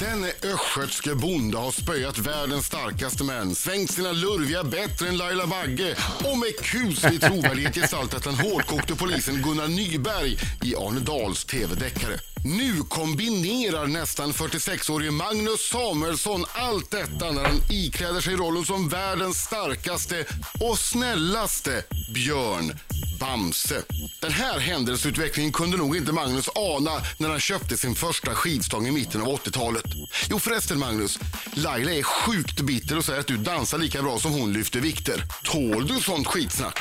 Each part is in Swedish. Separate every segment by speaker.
Speaker 1: Denne östgötske bonde har spöat världens starkaste män, svängt sina lurviga bättre än Laila Bagge och med kuslig trovärdighet gestaltat den hårdkokte polisen Gunnar Nyberg i Arne Dahls tv-deckare. Nu kombinerar nästan 46-årige Magnus Samuelsson allt detta när han ikläder sig rollen som världens starkaste och snällaste björn, Bamse. Den här händelseutvecklingen kunde nog inte Magnus ana när han köpte sin första skivstång i mitten av 80-talet. Jo förresten Magnus, Laila är sjukt bitter och säger att du dansar lika bra som hon lyfter vikter. Tål du sånt skitsnack?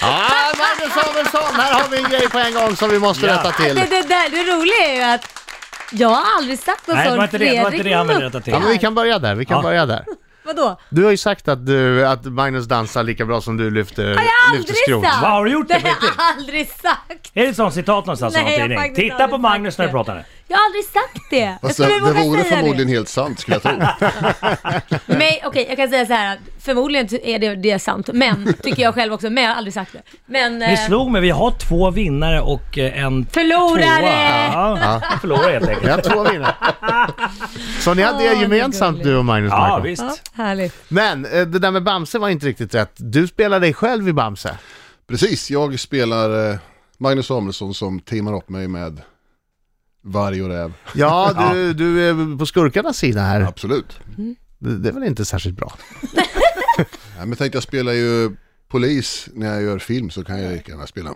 Speaker 2: Ja, Magnus Samuelsson, Ah, här har vi en grej på en gång som vi måste
Speaker 3: Ja.
Speaker 2: rätta
Speaker 4: Det,
Speaker 2: till.
Speaker 4: det, där, det roliga är ju att jag har aldrig sagt något
Speaker 3: Nej, det
Speaker 4: sånt.
Speaker 3: var inte det- det var inte det han ville rätta till.
Speaker 2: Ja, men vi kan börja där, vi kan
Speaker 3: Ja.
Speaker 2: börja där.
Speaker 4: Vadå?
Speaker 2: Du har ju sagt att, du, att Magnus dansar lika bra som du lyfter,
Speaker 4: Har jag
Speaker 2: lyfter
Speaker 4: aldrig
Speaker 2: skrot.
Speaker 4: sagt?
Speaker 3: Vad har du gjort det
Speaker 4: det?
Speaker 3: på
Speaker 4: har
Speaker 3: riktigt?
Speaker 4: jag aldrig sagt.
Speaker 3: Är det ett sånt citat någonstans i någon
Speaker 4: Nej, jag har
Speaker 3: tidning?
Speaker 4: faktiskt
Speaker 3: Titta på
Speaker 4: aldrig
Speaker 3: Magnus
Speaker 4: sagt
Speaker 3: när du
Speaker 4: det.
Speaker 3: pratar.
Speaker 4: Jag har aldrig sagt det. Jag
Speaker 5: Fast det,
Speaker 4: skulle
Speaker 5: det
Speaker 4: våga
Speaker 5: vore
Speaker 4: säga
Speaker 5: förmodligen helt sant skulle jag tro.
Speaker 4: det. Men, okej, jag kan säga så här. Förmodligen är det, det är sant, men tycker jag själv också. Men jag har aldrig sagt det. Men...
Speaker 3: Det
Speaker 4: eh,
Speaker 3: slog mig, vi har två vinnare och eh, en
Speaker 4: Förlorare!
Speaker 3: tvåa. Ja, en Förlorare helt enkelt.
Speaker 2: Jag tror vi det. Så ni hade
Speaker 4: Åh,
Speaker 2: det
Speaker 4: det är
Speaker 2: gemensamt
Speaker 4: gulligt.
Speaker 2: du och Magnus
Speaker 3: Ja,
Speaker 2: Marko.
Speaker 3: visst.
Speaker 4: Härligt.
Speaker 2: Men eh, det där med Bamse var inte riktigt rätt. Du spelar dig själv i Bamse.
Speaker 5: Precis, jag spelar eh, Magnus Samuelsson som teamar upp mig med varg och räv.
Speaker 2: Ja, du, du är på skurkarnas sida här.
Speaker 5: Absolut.
Speaker 2: Det, det är väl inte särskilt bra?
Speaker 5: Nej, men tänkte jag spelar ju polis när jag gör film så kan jag lika gärna spela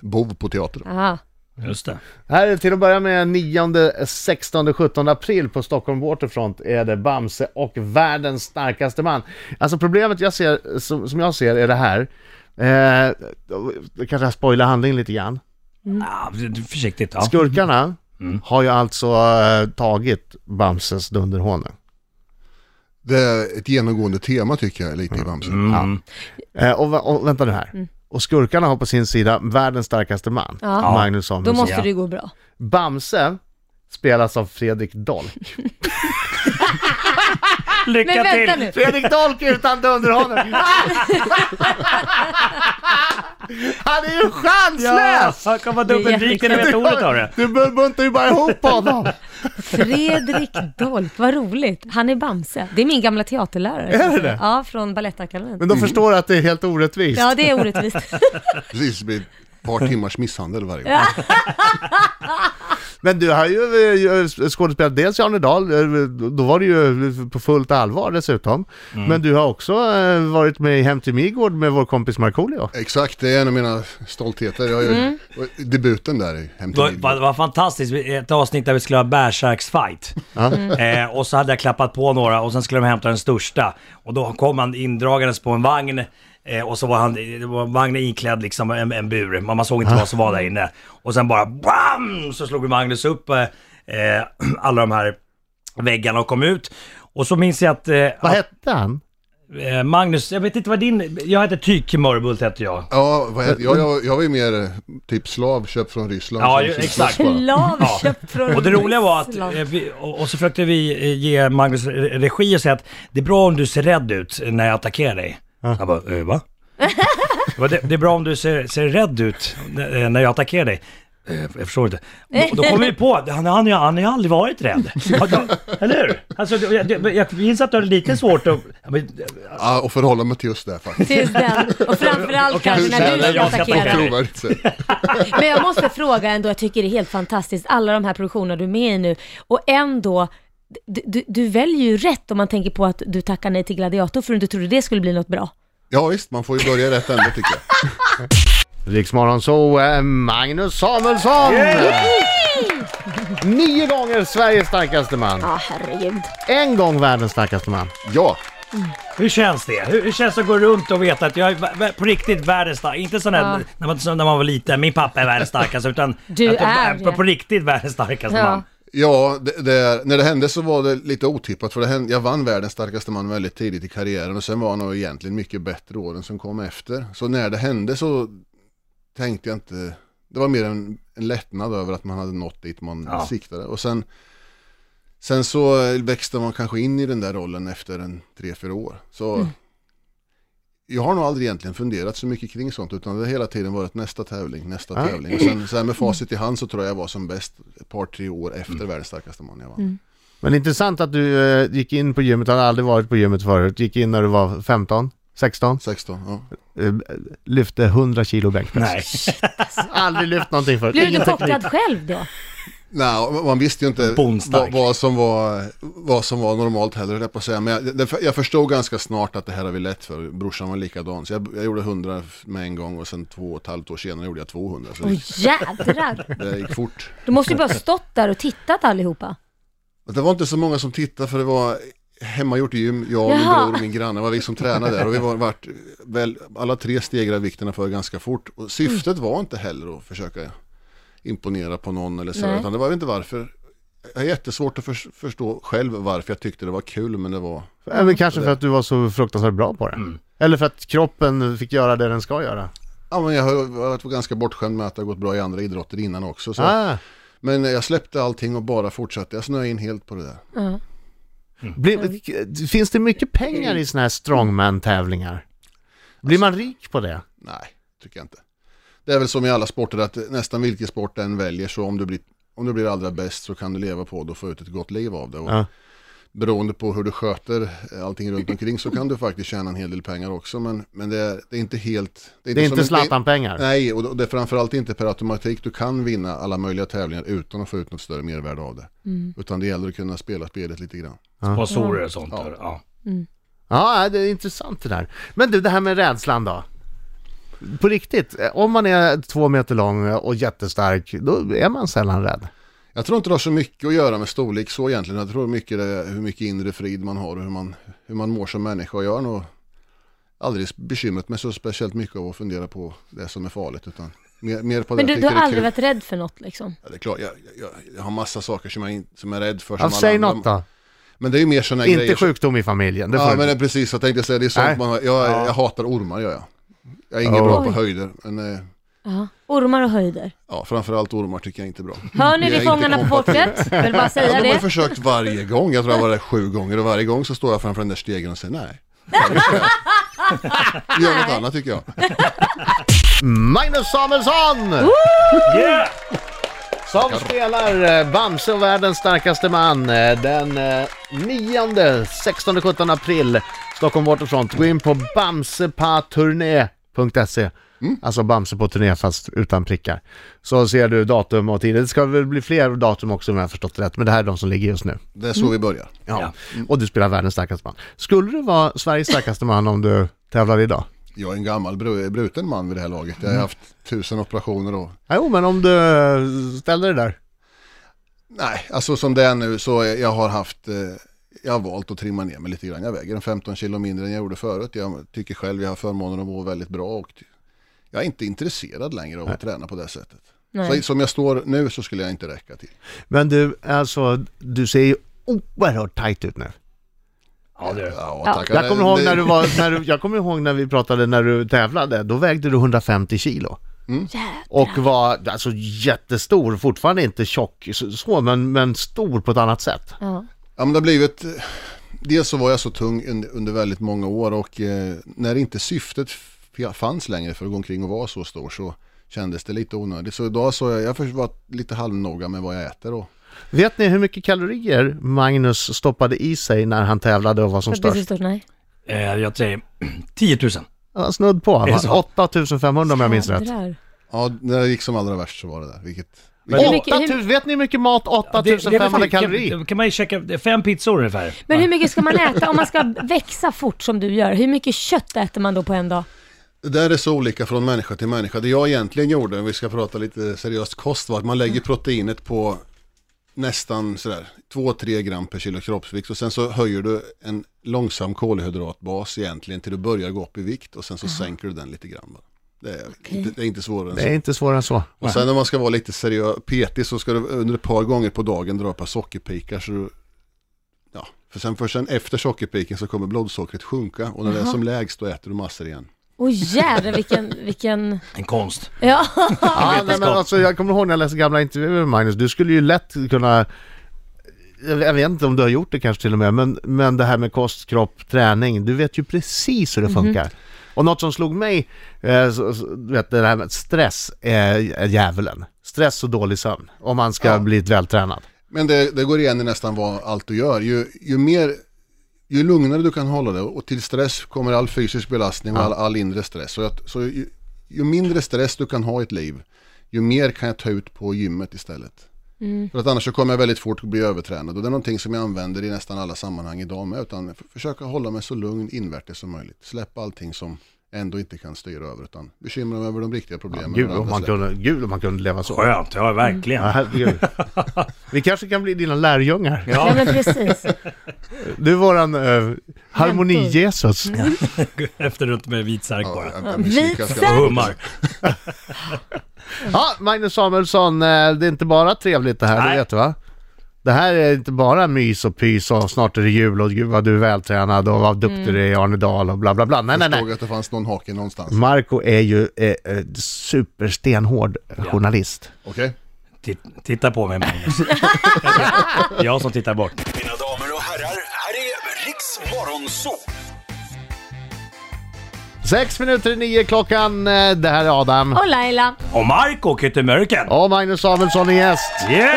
Speaker 5: bov på teatern.
Speaker 4: Aha.
Speaker 3: Just det.
Speaker 2: Här är till att börja med 9, 16, 17 april på Stockholm Waterfront är det Bamse och världens starkaste man. Alltså problemet jag ser, som, som jag ser är det här. Eh, då kanske jag spoilar handlingen lite grann.
Speaker 3: Ja, försiktigt. Ja.
Speaker 2: Skurkarna har ju alltså eh, tagit Bamses dunderhåne.
Speaker 5: Det är ett genomgående tema tycker jag lite i Bamse.
Speaker 3: Mm.
Speaker 2: Eh, och, va- och vänta nu här. Och skurkarna har på sin sida världens starkaste man,
Speaker 4: Mm. Ja.
Speaker 2: Magnus
Speaker 4: Då
Speaker 2: Samuelsson.
Speaker 4: måste
Speaker 3: Ja.
Speaker 4: det gå bra.
Speaker 2: Bamse spelas av Fredrik Dolk.
Speaker 3: Lycka
Speaker 4: Men vänta nu.
Speaker 3: till!
Speaker 2: Fredrik Dolk utan dunderhane! Han är ju
Speaker 3: Ja,
Speaker 2: chanslös!
Speaker 3: han kan vara dubbelvikt innan
Speaker 4: jättekul.
Speaker 3: jag vet ordet av det.
Speaker 2: Du bun- buntar ju bara ihop honom!
Speaker 4: Fredrik Dolk, vad roligt. Han är Bamse. Det är min gamla teaterlärare.
Speaker 2: Är det det?
Speaker 4: Ja, från Balettakademin.
Speaker 2: Men då förstår du att det är helt orättvist.
Speaker 4: Ja, det är orättvist.
Speaker 5: Precis, det blir ett par timmars misshandel varje gång.
Speaker 2: Men du har ju eh, skådespelat dels i Arne Dahl, eh, då var det ju eh, på fullt allvar dessutom. Men du har också eh, varit med i Hem till Midgård med vår kompis Markoolio.
Speaker 5: Exakt, det är en av mina stoltheter. Jag har ju
Speaker 4: Mm.
Speaker 5: och debuten där i Hem till
Speaker 3: Det var,
Speaker 5: Midgård.
Speaker 3: var, var fantastiskt, ett avsnitt där vi skulle ha bärsärksfight. Eh, och så hade jag klappat på några och sen skulle de hämta den största. Och då kom han indragandes på en vagn. Eh, och så var han, det var vagnen iklädd liksom en, en bur. Man, man såg inte vad som var där inne. Och sen bara BAM! Så slog Magnus upp eh, eh, alla de här väggarna och kom ut. Och så minns jag att... Eh,
Speaker 2: Vad hette han?
Speaker 3: att, eh, Magnus, jag vet inte vad din... Jag heter Tyk Mörbult heter jag.
Speaker 5: Ja, vad heter, jag, jag, jag var ju mer eh, typ slav köpt från Ryssland.
Speaker 3: Ja,
Speaker 5: som
Speaker 3: ju-
Speaker 5: fick
Speaker 3: exakt.
Speaker 5: slåss bara.
Speaker 4: Lav
Speaker 3: Ja.
Speaker 4: köpt från
Speaker 3: Och det roliga var att, eh,
Speaker 4: Ryssland.
Speaker 3: vi, och och så försökte vi eh, ge Magnus re- regi och säga att det är bra om du ser rädd ut när jag attackerar dig. Han bara, äh, va? Jag bara, det, det är bra om du ser, ser rädd ut eh, när jag attackerar dig. "Eh, Jag förstår inte. Då, då kommer vi på, att han, han, han har ju aldrig varit rädd. Ja, då- Eller hur? Alltså, det- jag, jag, jag minns att du hade lite svårt att... ja, men-
Speaker 5: Ja, och förhålla mig till just det faktiskt.
Speaker 4: Tills den. Och framförallt
Speaker 3: Och
Speaker 4: kanske
Speaker 3: kanske
Speaker 4: när du
Speaker 3: när
Speaker 4: ska
Speaker 3: jag ska
Speaker 4: attackera.
Speaker 3: attackera.
Speaker 5: Trovärdigt sätt.
Speaker 4: Men jag måste fråga ändå, jag tycker det är helt fantastiskt, alla de här produktionerna du är med i nu. Och ändå, du, du, du väljer ju rätt om man tänker på att du tackar nej till Gladiator för du inte trodde det skulle bli något bra.
Speaker 5: Ja visst, man får ju börja i rätt ände tycker jag.
Speaker 2: Riksmorgon så eh, Magnus Samuelsson! Nio gånger Sveriges starkaste man.
Speaker 4: Ja, herregud.
Speaker 2: En gång världens starkaste man.
Speaker 5: Ja,
Speaker 3: Hur känns det? Hur, hur känns det att gå runt och veta att jag är vä- vä- på riktigt världens starkaste? Inte sån här,
Speaker 4: Ja.
Speaker 3: när, man, som när man var liten, min pappa är världens starkaste, utan
Speaker 4: Du
Speaker 3: att jag
Speaker 4: är
Speaker 3: på,
Speaker 4: det.
Speaker 3: på riktigt världens starkaste
Speaker 4: Ja.
Speaker 3: man.
Speaker 5: ja det, det, när det hände så var det lite otippat för det hände, jag vann världens starkaste man väldigt tidigt i karriären och sen var han nog egentligen mycket bättre åren som kom efter. Så när det hände så tänkte jag inte, det var mer en, en lättnad över att man hade nått dit man
Speaker 3: Ja.
Speaker 5: siktade och sen Sen så växte man kanske in i den där rollen efter en tre, fyra år. Så jag har nog aldrig egentligen funderat så mycket kring sånt utan det har hela tiden varit nästa tävling, nästa
Speaker 2: Ja.
Speaker 5: tävling. Och sen, sen med facit i hand så tror jag jag var som bäst ett par tre år efter världens starkaste man jag vann.
Speaker 2: Men intressant att du eh, gick in på gymmet, du hade aldrig varit på gymmet förut, gick in när du var 15, 16,
Speaker 5: 16, ja.
Speaker 2: eh, lyfte 100 kilo bänkpress.
Speaker 3: Nej.
Speaker 2: Aldrig lyft någonting förut.
Speaker 4: Blev du
Speaker 2: Ingen teknik.
Speaker 4: chockad själv då?
Speaker 5: Nej, och man visste ju inte
Speaker 3: Bonstark.
Speaker 5: vad, vad, som var, vad som var normalt heller, höll jag på att säga. Men jag, det- jag förstod ganska snart att det här har vi lätt för. Brorsan var likadan. Så jag, jag gjorde 100 med en gång och sen två och ett halvt år senare gjorde jag 200. Så
Speaker 4: Åh
Speaker 5: det,
Speaker 4: jädrar!
Speaker 5: det gick fort.
Speaker 4: Du måste ju bara ha stått där och tittat allihopa.
Speaker 5: Men Det var inte så många som tittade för det var hemmagjort gym, jag, min
Speaker 4: Jaha.
Speaker 5: bror och min granne var vi som tränade där och vi var vart, väl, alla tre stegrade vikterna för ganska fort och syftet var inte heller att försöka imponera på någon eller så
Speaker 4: Nej.
Speaker 5: utan det var jag vet inte varför. Jag har jättesvårt att förs- förstå själv varför jag tyckte det var kul men det var
Speaker 2: Eller kanske för att du var så fruktansvärt bra på det. Eller för att kroppen fick göra det den ska göra.
Speaker 5: Ja men jag har jag har varit ganska bortskämd med att det har gått bra i andra idrotter innan också. Så.
Speaker 2: Ah,
Speaker 5: Men jag släppte allting och bara fortsatte. Jag snöade in helt på det där.
Speaker 2: blir, finns det mycket pengar i sådana här strongman-tävlingar? Blir man rik på det?
Speaker 5: Nej, tycker jag inte. Det är väl som i alla sporter att nästan vilken sport den väljer så om du blir, om du blir allra bäst så kan du leva på det och få ut ett gott liv av det. Och
Speaker 2: Ja.
Speaker 5: Beroende på hur du sköter allting runt omkring så kan du faktiskt tjäna en hel del pengar också men, men det, är, det är inte helt...
Speaker 2: Det är inte
Speaker 5: som- det-
Speaker 2: Zlatan-pengar.
Speaker 5: Nej, och det är framförallt inte per automatik. Du kan vinna alla möjliga tävlingar utan att få ut något större mervärde av det. Utan det gäller att kunna spela spelet lite grann.
Speaker 3: Sponsorer och sånt. där, Ja.
Speaker 2: Ja, det är intressant det där. Men du, det här med rädslan då? På riktigt, om man är två meter lång och jättestark, då är man sällan rädd.
Speaker 5: Jag tror inte det har så mycket att göra med storlek så egentligen. Jag tror mycket det är hur mycket inre frid man har och hur man, hur man mår som människa. Och Jag har nog aldrig bekymrat mig så speciellt mycket av att fundera på det som är farligt. Utan mer, mer på
Speaker 4: Men
Speaker 5: det
Speaker 4: du,
Speaker 5: jag
Speaker 4: du
Speaker 5: tycker
Speaker 4: har
Speaker 5: är
Speaker 4: aldrig
Speaker 5: kul.
Speaker 4: varit rädd för något liksom?
Speaker 5: Ja, det är klart, jag, jag, jag har massa saker som jag, in- som jag är rädd för. Som
Speaker 2: Ja,
Speaker 5: alla
Speaker 2: säg
Speaker 5: andra.
Speaker 2: något då.
Speaker 5: Men det är ju mer sådana grejer.
Speaker 2: Inte
Speaker 5: som-
Speaker 2: sjukdom i familjen, det får
Speaker 5: Ja
Speaker 2: du-
Speaker 5: men det är precis, jag tänkte säga det är sånt
Speaker 2: Nej.
Speaker 5: man har. Jag, jag hatar ormar gör jag. Jag är ingen
Speaker 2: Oh.
Speaker 5: bra på höjder. Men eh,
Speaker 4: Ja. Ormar och höjder.
Speaker 5: ja, framförallt ormar tycker jag inte är bra.
Speaker 4: Hör
Speaker 5: Mm. Jag
Speaker 4: ni
Speaker 5: är
Speaker 4: det
Speaker 5: inte
Speaker 4: Fångarna på
Speaker 5: kompatibel.
Speaker 4: fortet? Vill bara
Speaker 5: Ja,
Speaker 4: säga
Speaker 5: de har ju
Speaker 4: det.
Speaker 5: försökt varje gång. Jag tror jag var där sju gånger och varje gång så står jag framför den där stegen och säger nej. Gör något annat tycker jag.
Speaker 2: Magnus Samuelsson!
Speaker 3: Yeah!
Speaker 2: Som spelar eh, Bamse och världens starkaste man eh, den eh, 9, 16, 17 april Stockholm Waterfront. Gå in på bamsepaturné.se Alltså Bamse på turné fast utan prickar. Så ser du datum och tid. Det ska väl bli fler datum också om jag har förstått det rätt. Men det här är de som ligger just nu.
Speaker 5: Det är så vi börjar.
Speaker 2: Ja. Och du spelar världens starkaste man. Skulle du vara Sveriges starkaste man om du tävlar idag?
Speaker 5: Jag är en gammal bru- bruten man vid det här laget. Jag har
Speaker 4: Mm.
Speaker 5: haft tusen operationer och
Speaker 2: Ja, Jo, men om du eh, ställer dig där.
Speaker 5: nej, alltså som det är nu så är- jag har haft eh, jag har valt att trimma ner mig lite grann. Jag väger en 15 kilo mindre än jag gjorde förut. Jag tycker själv jag har förmånen att må väldigt bra och ty- jag är inte intresserad längre av att träna på det sättet. Så,
Speaker 4: Nej.
Speaker 5: som jag står nu så skulle jag inte räcka till.
Speaker 2: Men du, alltså, du ser ju oerhört tajt ut nu.
Speaker 3: Ja, det är det.
Speaker 5: Ja, tackar.
Speaker 2: Jag kommer, ihåg
Speaker 5: Det-
Speaker 2: när du var, när du, jag kommer ihåg när vi pratade när du tävlade, då vägde du 150 kilo.
Speaker 3: Mm.
Speaker 2: Och var alltså jättestor, fortfarande inte tjock så- så, men, men stor på ett annat sätt.
Speaker 4: Ja.
Speaker 5: Ja men det har blivit, dels så var jag så tung un- under väldigt många år och eh, när inte syftet f- fanns längre för att gå omkring och vara så stor så kändes det lite onödigt. Så idag så har jag, jag har varit lite halvnoga med vad jag äter och
Speaker 2: Vet ni hur mycket kalorier Magnus stoppade i sig när han tävlade och var som
Speaker 4: För precis
Speaker 2: störst?
Speaker 4: störst, nej.
Speaker 3: Eh, jag säger 10 000.
Speaker 2: Ja, snudd på,
Speaker 3: det
Speaker 2: va?
Speaker 3: så?
Speaker 2: 8500 om jag minns rätt.
Speaker 4: Jädrar.
Speaker 5: ja, när det gick som allra värst så var det där. Vilket,
Speaker 3: Men-
Speaker 4: Hur
Speaker 2: 8
Speaker 4: mycket-
Speaker 2: 000, vet ni hur mycket mat
Speaker 3: Det- det är
Speaker 2: 8500
Speaker 3: väl-
Speaker 2: kalorier?
Speaker 3: Kan, kan man ju checka, det är fem pizzor ungefär.
Speaker 4: Men hur mycket ska man äta om man ska växa fort som du gör? Hur mycket kött äter man då på en dag?
Speaker 5: det där är så olika från människa till människa. Det jag egentligen gjorde, om vi ska prata lite seriöst kost, var att man lägger proteinet på nästan sådär 2-3 gram per kilo kroppsvikt och sen så höjer du en långsam kolhydratbas egentligen till du börjar gå upp i vikt och sen så sänker du den lite grann. bara. Det är, inte, det är inte svårare än
Speaker 2: Det är
Speaker 5: så.
Speaker 2: inte svårare än så.
Speaker 5: Och sen om man ska vara lite seriös, petig så ska du under ett par gånger på dagen dra ett par sockerpikar så du, ja, för sen, för sen efter sockerpiken så kommer blodsockret sjunka och när det är som lägst då äter du massor igen.
Speaker 4: Åh jädrar vilken, vilken...
Speaker 3: En konst.
Speaker 4: Ja.
Speaker 2: Ja, nej, men alltså, jag kommer ihåg när jag läste gamla intervjuer med Magnus, du skulle ju lätt kunna jag vet- jag vet inte om du har
Speaker 3: Mhm.
Speaker 2: gjort det kanske till och med, men, men det här med kost, kropp, träning, du vet ju precis hur det funkar. Och något som slog mig, eh, så, så, du vet det här med stress är är djävulen. Stress och dålig sömn, om man ska bli vältränad.
Speaker 5: Men det, det går igen i nästan vad allt du gör. Ju, ju mer, ju lugnare du kan hålla det och till stress kommer all fysisk belastning och all, all inre stress. Så, att, så ju, ju mindre stress du kan ha i ett liv, ju mer kan jag ta ut på gymmet istället.
Speaker 2: Mm.
Speaker 5: För att annars så kommer jag väldigt fort att bli övertränad och det är någonting som jag använder i nästan alla sammanhang idag med. Utan f- försöka hålla mig så lugn invärtes som möjligt. Släpp allting som jag ändå inte kan styra över utan bekymra mig över de riktiga problemen.
Speaker 2: Gud
Speaker 5: och andra
Speaker 2: om, man
Speaker 5: släpp.
Speaker 2: kunde, gud om man kunde leva så.
Speaker 3: Skönt, ja verkligen.
Speaker 2: Ja, herregud. Vi kanske kan bli dina lärjungar.
Speaker 4: Nej
Speaker 3: Ja,
Speaker 4: men precis.
Speaker 2: Du är våran eh, harmoni-Jesus.
Speaker 3: efter runt med vit särk bara.
Speaker 5: Ja, jag- jag misslyckas
Speaker 4: Vit
Speaker 5: ganska
Speaker 3: Och
Speaker 5: ofta.
Speaker 3: hummar.
Speaker 2: Ja, Magnus Samuelsson, eh, det är inte bara trevligt det här, du
Speaker 3: Nej.
Speaker 2: vet du va? Det här är inte bara mys och pys och snart är det jul och gud vad du är vältränad och vad duktig du är i Arnedal och bla bla bla. Nej, nej,
Speaker 5: Jag
Speaker 2: nej.
Speaker 5: såg att det fanns någon hake någonstans.
Speaker 2: Marco är ju eh, eh, superstenhård journalist.
Speaker 5: Okej?
Speaker 3: Titt- Titta på mig Magnus. Jag som tittar bort.
Speaker 6: Mina damer och herrar, här är Riks Morgonzoo!
Speaker 2: Sex minuter i nio klockan, eh, det här är Adam.
Speaker 4: Och Laila.
Speaker 3: Och Marco Kyttemörken!
Speaker 2: Och Magnus Samuelsson är gäst.
Speaker 3: Yeah!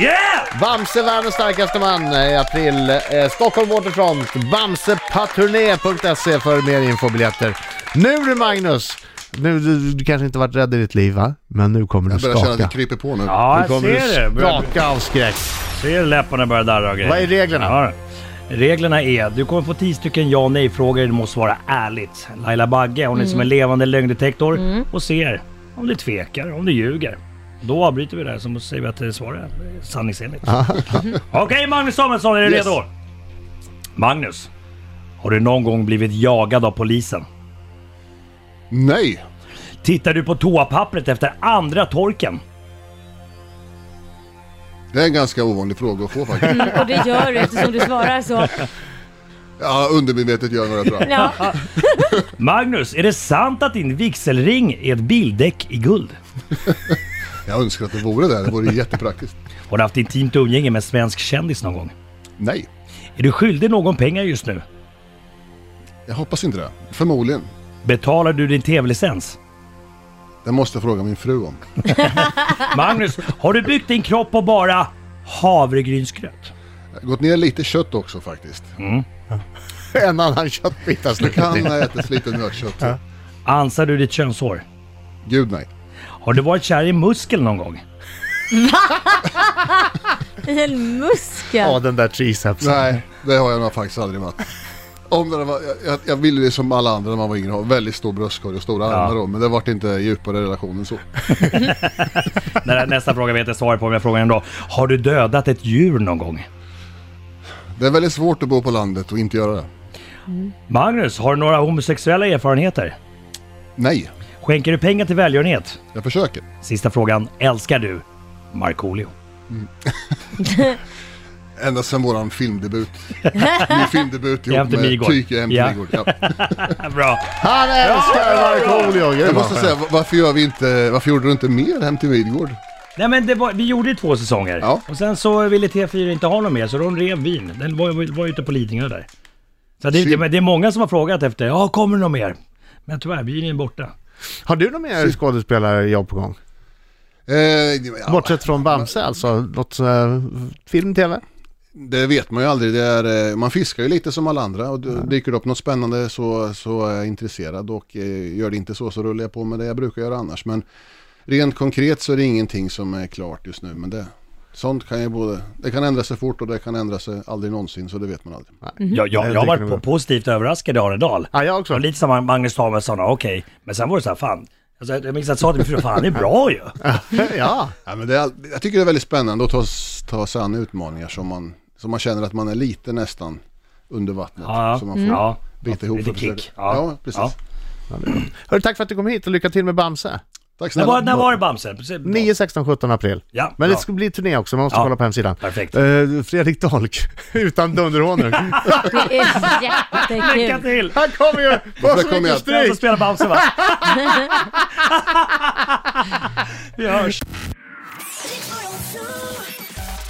Speaker 3: Yeah!
Speaker 2: Bamse, världens starkaste man eh, i april. Eh, Stockholm Waterfront, bamsepaturné.se E för mer info och biljetter. Nu du Magnus! Nu, du, du kanske inte varit rädd i ditt liv va? Men nu kommer du
Speaker 5: Jag börjar känna att det
Speaker 2: skaka.
Speaker 5: kryper på nu.
Speaker 3: Ja,
Speaker 2: Nu
Speaker 3: jag
Speaker 2: kommer
Speaker 3: ser det.
Speaker 2: du
Speaker 3: Börjar-
Speaker 2: skaka av skräck.
Speaker 3: Ser läpparna börjar darra och grejer.
Speaker 2: Vad är reglerna?
Speaker 3: Ja. Reglerna är, du kommer få 10 stycken ja och nej-frågor. Du måste svara ärligt. Laila Bagge, hon är som en levande lögndetektor och ser om du tvekar, om du ljuger. Då avbryter vi det här, så säger vi att det svaret är sanningsenligt. Okej Magnus Samuelsson, är du
Speaker 5: Yes.
Speaker 3: redo? Magnus, har du någon gång blivit jagad av polisen?
Speaker 5: Nej!
Speaker 3: Tittar du på toapappret efter andra torken?
Speaker 5: Det är en ganska ovanlig fråga att få faktiskt.
Speaker 4: Mm, Och det gör du eftersom du svarar så.
Speaker 5: Ja, undermedvetet gör några bra.
Speaker 4: Ja.
Speaker 3: Magnus, är det sant att din vigselring är ett bildäck i guld?
Speaker 5: Jag önskar att det vore det, det vore jättepraktiskt.
Speaker 3: Har du haft intimt umgänge med en svensk kändis någon gång?
Speaker 5: Nej,
Speaker 3: Är du skyldig någon pengar just nu?
Speaker 5: jag hoppas inte det. Förmodligen.
Speaker 3: Betalar du din tv-licens?
Speaker 5: Det måste jag fråga min fru om.
Speaker 3: Magnus, har du byggt din kropp på bara havregrynsgröt?
Speaker 5: Jag har Gått ner lite kött också faktiskt.
Speaker 2: En annan köttbit har
Speaker 5: Det
Speaker 2: stuckit
Speaker 5: kan
Speaker 2: in.
Speaker 5: ha ätits lite nötkött.
Speaker 3: Ansar du ditt könshår?
Speaker 5: Gud nej.
Speaker 3: Har du varit kär i muskel någon gång?
Speaker 4: I en muskel.
Speaker 2: Ja, den där tricepsen.
Speaker 5: Nej, det har jag nog faktiskt aldrig varit. Om det var, jag, jag ville det som alla andra när man var yngre, ha väldigt stor bröstkorg och stora armar då, men det vart inte djupare relationen så.
Speaker 3: Den här nästa fråga vet jag svaret på om jag frågar ändå. Har du dödat ett djur någon gång?
Speaker 5: Det är väldigt svårt att bo på landet och inte göra det.
Speaker 3: Magnus, har du några homosexuella erfarenheter?
Speaker 5: Nej,
Speaker 3: Skänker du pengar till välgörenhet?
Speaker 5: jag försöker.
Speaker 3: Sista frågan, älskar du Markoolio?
Speaker 5: Ända sedan våran filmdebut. Min filmdebut ihop
Speaker 3: Jämte
Speaker 5: med
Speaker 3: Nygård.
Speaker 5: Tyke Jämte
Speaker 3: Ja.
Speaker 5: Nygård. Ja.
Speaker 3: Bra!
Speaker 2: Han älskar Markoolio! Gud,
Speaker 5: Jag
Speaker 2: vad
Speaker 5: måste
Speaker 2: skönt.
Speaker 5: säga, va- varför gör vi inte, varför gjorde du inte mer hem till Midgård?
Speaker 3: Nej men det var, vi gjorde ju två säsonger.
Speaker 5: Ja.
Speaker 3: Och sen så ville T4 inte ha någon mer så de rev vin. Den var, var, var ute på Lidingö där. Så det, det,
Speaker 5: Synd.
Speaker 3: men det är många som har frågat efter, ja kommer det någon mer? Men tyvärr, byn är borta.
Speaker 2: Har du någon mer skådespelarjobb på gång?
Speaker 5: Eh, ja,
Speaker 2: Bortsett från Bamse alltså? Något eh, film, tv?
Speaker 5: det vet man ju aldrig, det är, eh, man fiskar ju lite som alla andra och d- dyker det upp något spännande så, så är jag intresserad och eh, gör det inte så så rullar jag på med det jag brukar göra annars. Men rent konkret så är det ingenting som är klart just nu men det, sånt kan ju både, det kan ändra sig fort och det kan ändra sig aldrig någonsin så det vet man aldrig.
Speaker 3: Jag, jag,
Speaker 2: Nej,
Speaker 3: jag har
Speaker 2: det kan
Speaker 3: varit
Speaker 2: det
Speaker 3: på, positivt överraskad i Arendal.
Speaker 2: Ja, jag
Speaker 3: Det var
Speaker 2: också.
Speaker 3: lite som Magnus Samuelsson, ja, okej. Men sen var det så här, fan. Alltså, jag minns att jag sa till min fru, fan det är bra ju.
Speaker 2: Ja.
Speaker 5: Ja, men det är, all- jag tycker det är väldigt spännande att ta, s- ta sig an utmaningar som man, som man känner att man är lite nästan under vattnet.
Speaker 3: Ja, Mm.
Speaker 5: Så man får
Speaker 3: ja.
Speaker 5: bita ihop
Speaker 3: Lite
Speaker 5: och försöka.
Speaker 3: kick.
Speaker 5: Ja,
Speaker 3: Ja.
Speaker 5: precis.
Speaker 3: Ja.
Speaker 2: Hörru, tack för att du kom hit och lycka till med Bamse.
Speaker 5: Tack
Speaker 3: När,
Speaker 5: snälla.
Speaker 3: var, när var det Bamse? Precis.
Speaker 2: 9, 16, 17 april.
Speaker 3: Ja,
Speaker 2: Men
Speaker 3: bra.
Speaker 2: det ska bli turné också, man måste
Speaker 3: Ja.
Speaker 2: kolla på hemsidan.
Speaker 3: Perfekt.
Speaker 2: Eh, Fredrik Dahlk, utan dunderhonung.
Speaker 4: Det är
Speaker 3: Lycka
Speaker 4: jättekul.
Speaker 3: till!
Speaker 2: Han kommer ju få
Speaker 5: Där
Speaker 2: så
Speaker 5: kommer
Speaker 2: mycket
Speaker 5: jag.
Speaker 3: Den
Speaker 2: stryk!
Speaker 3: som spelar Bamse va? Vi hörs!
Speaker 7: Riks Morgonzoo.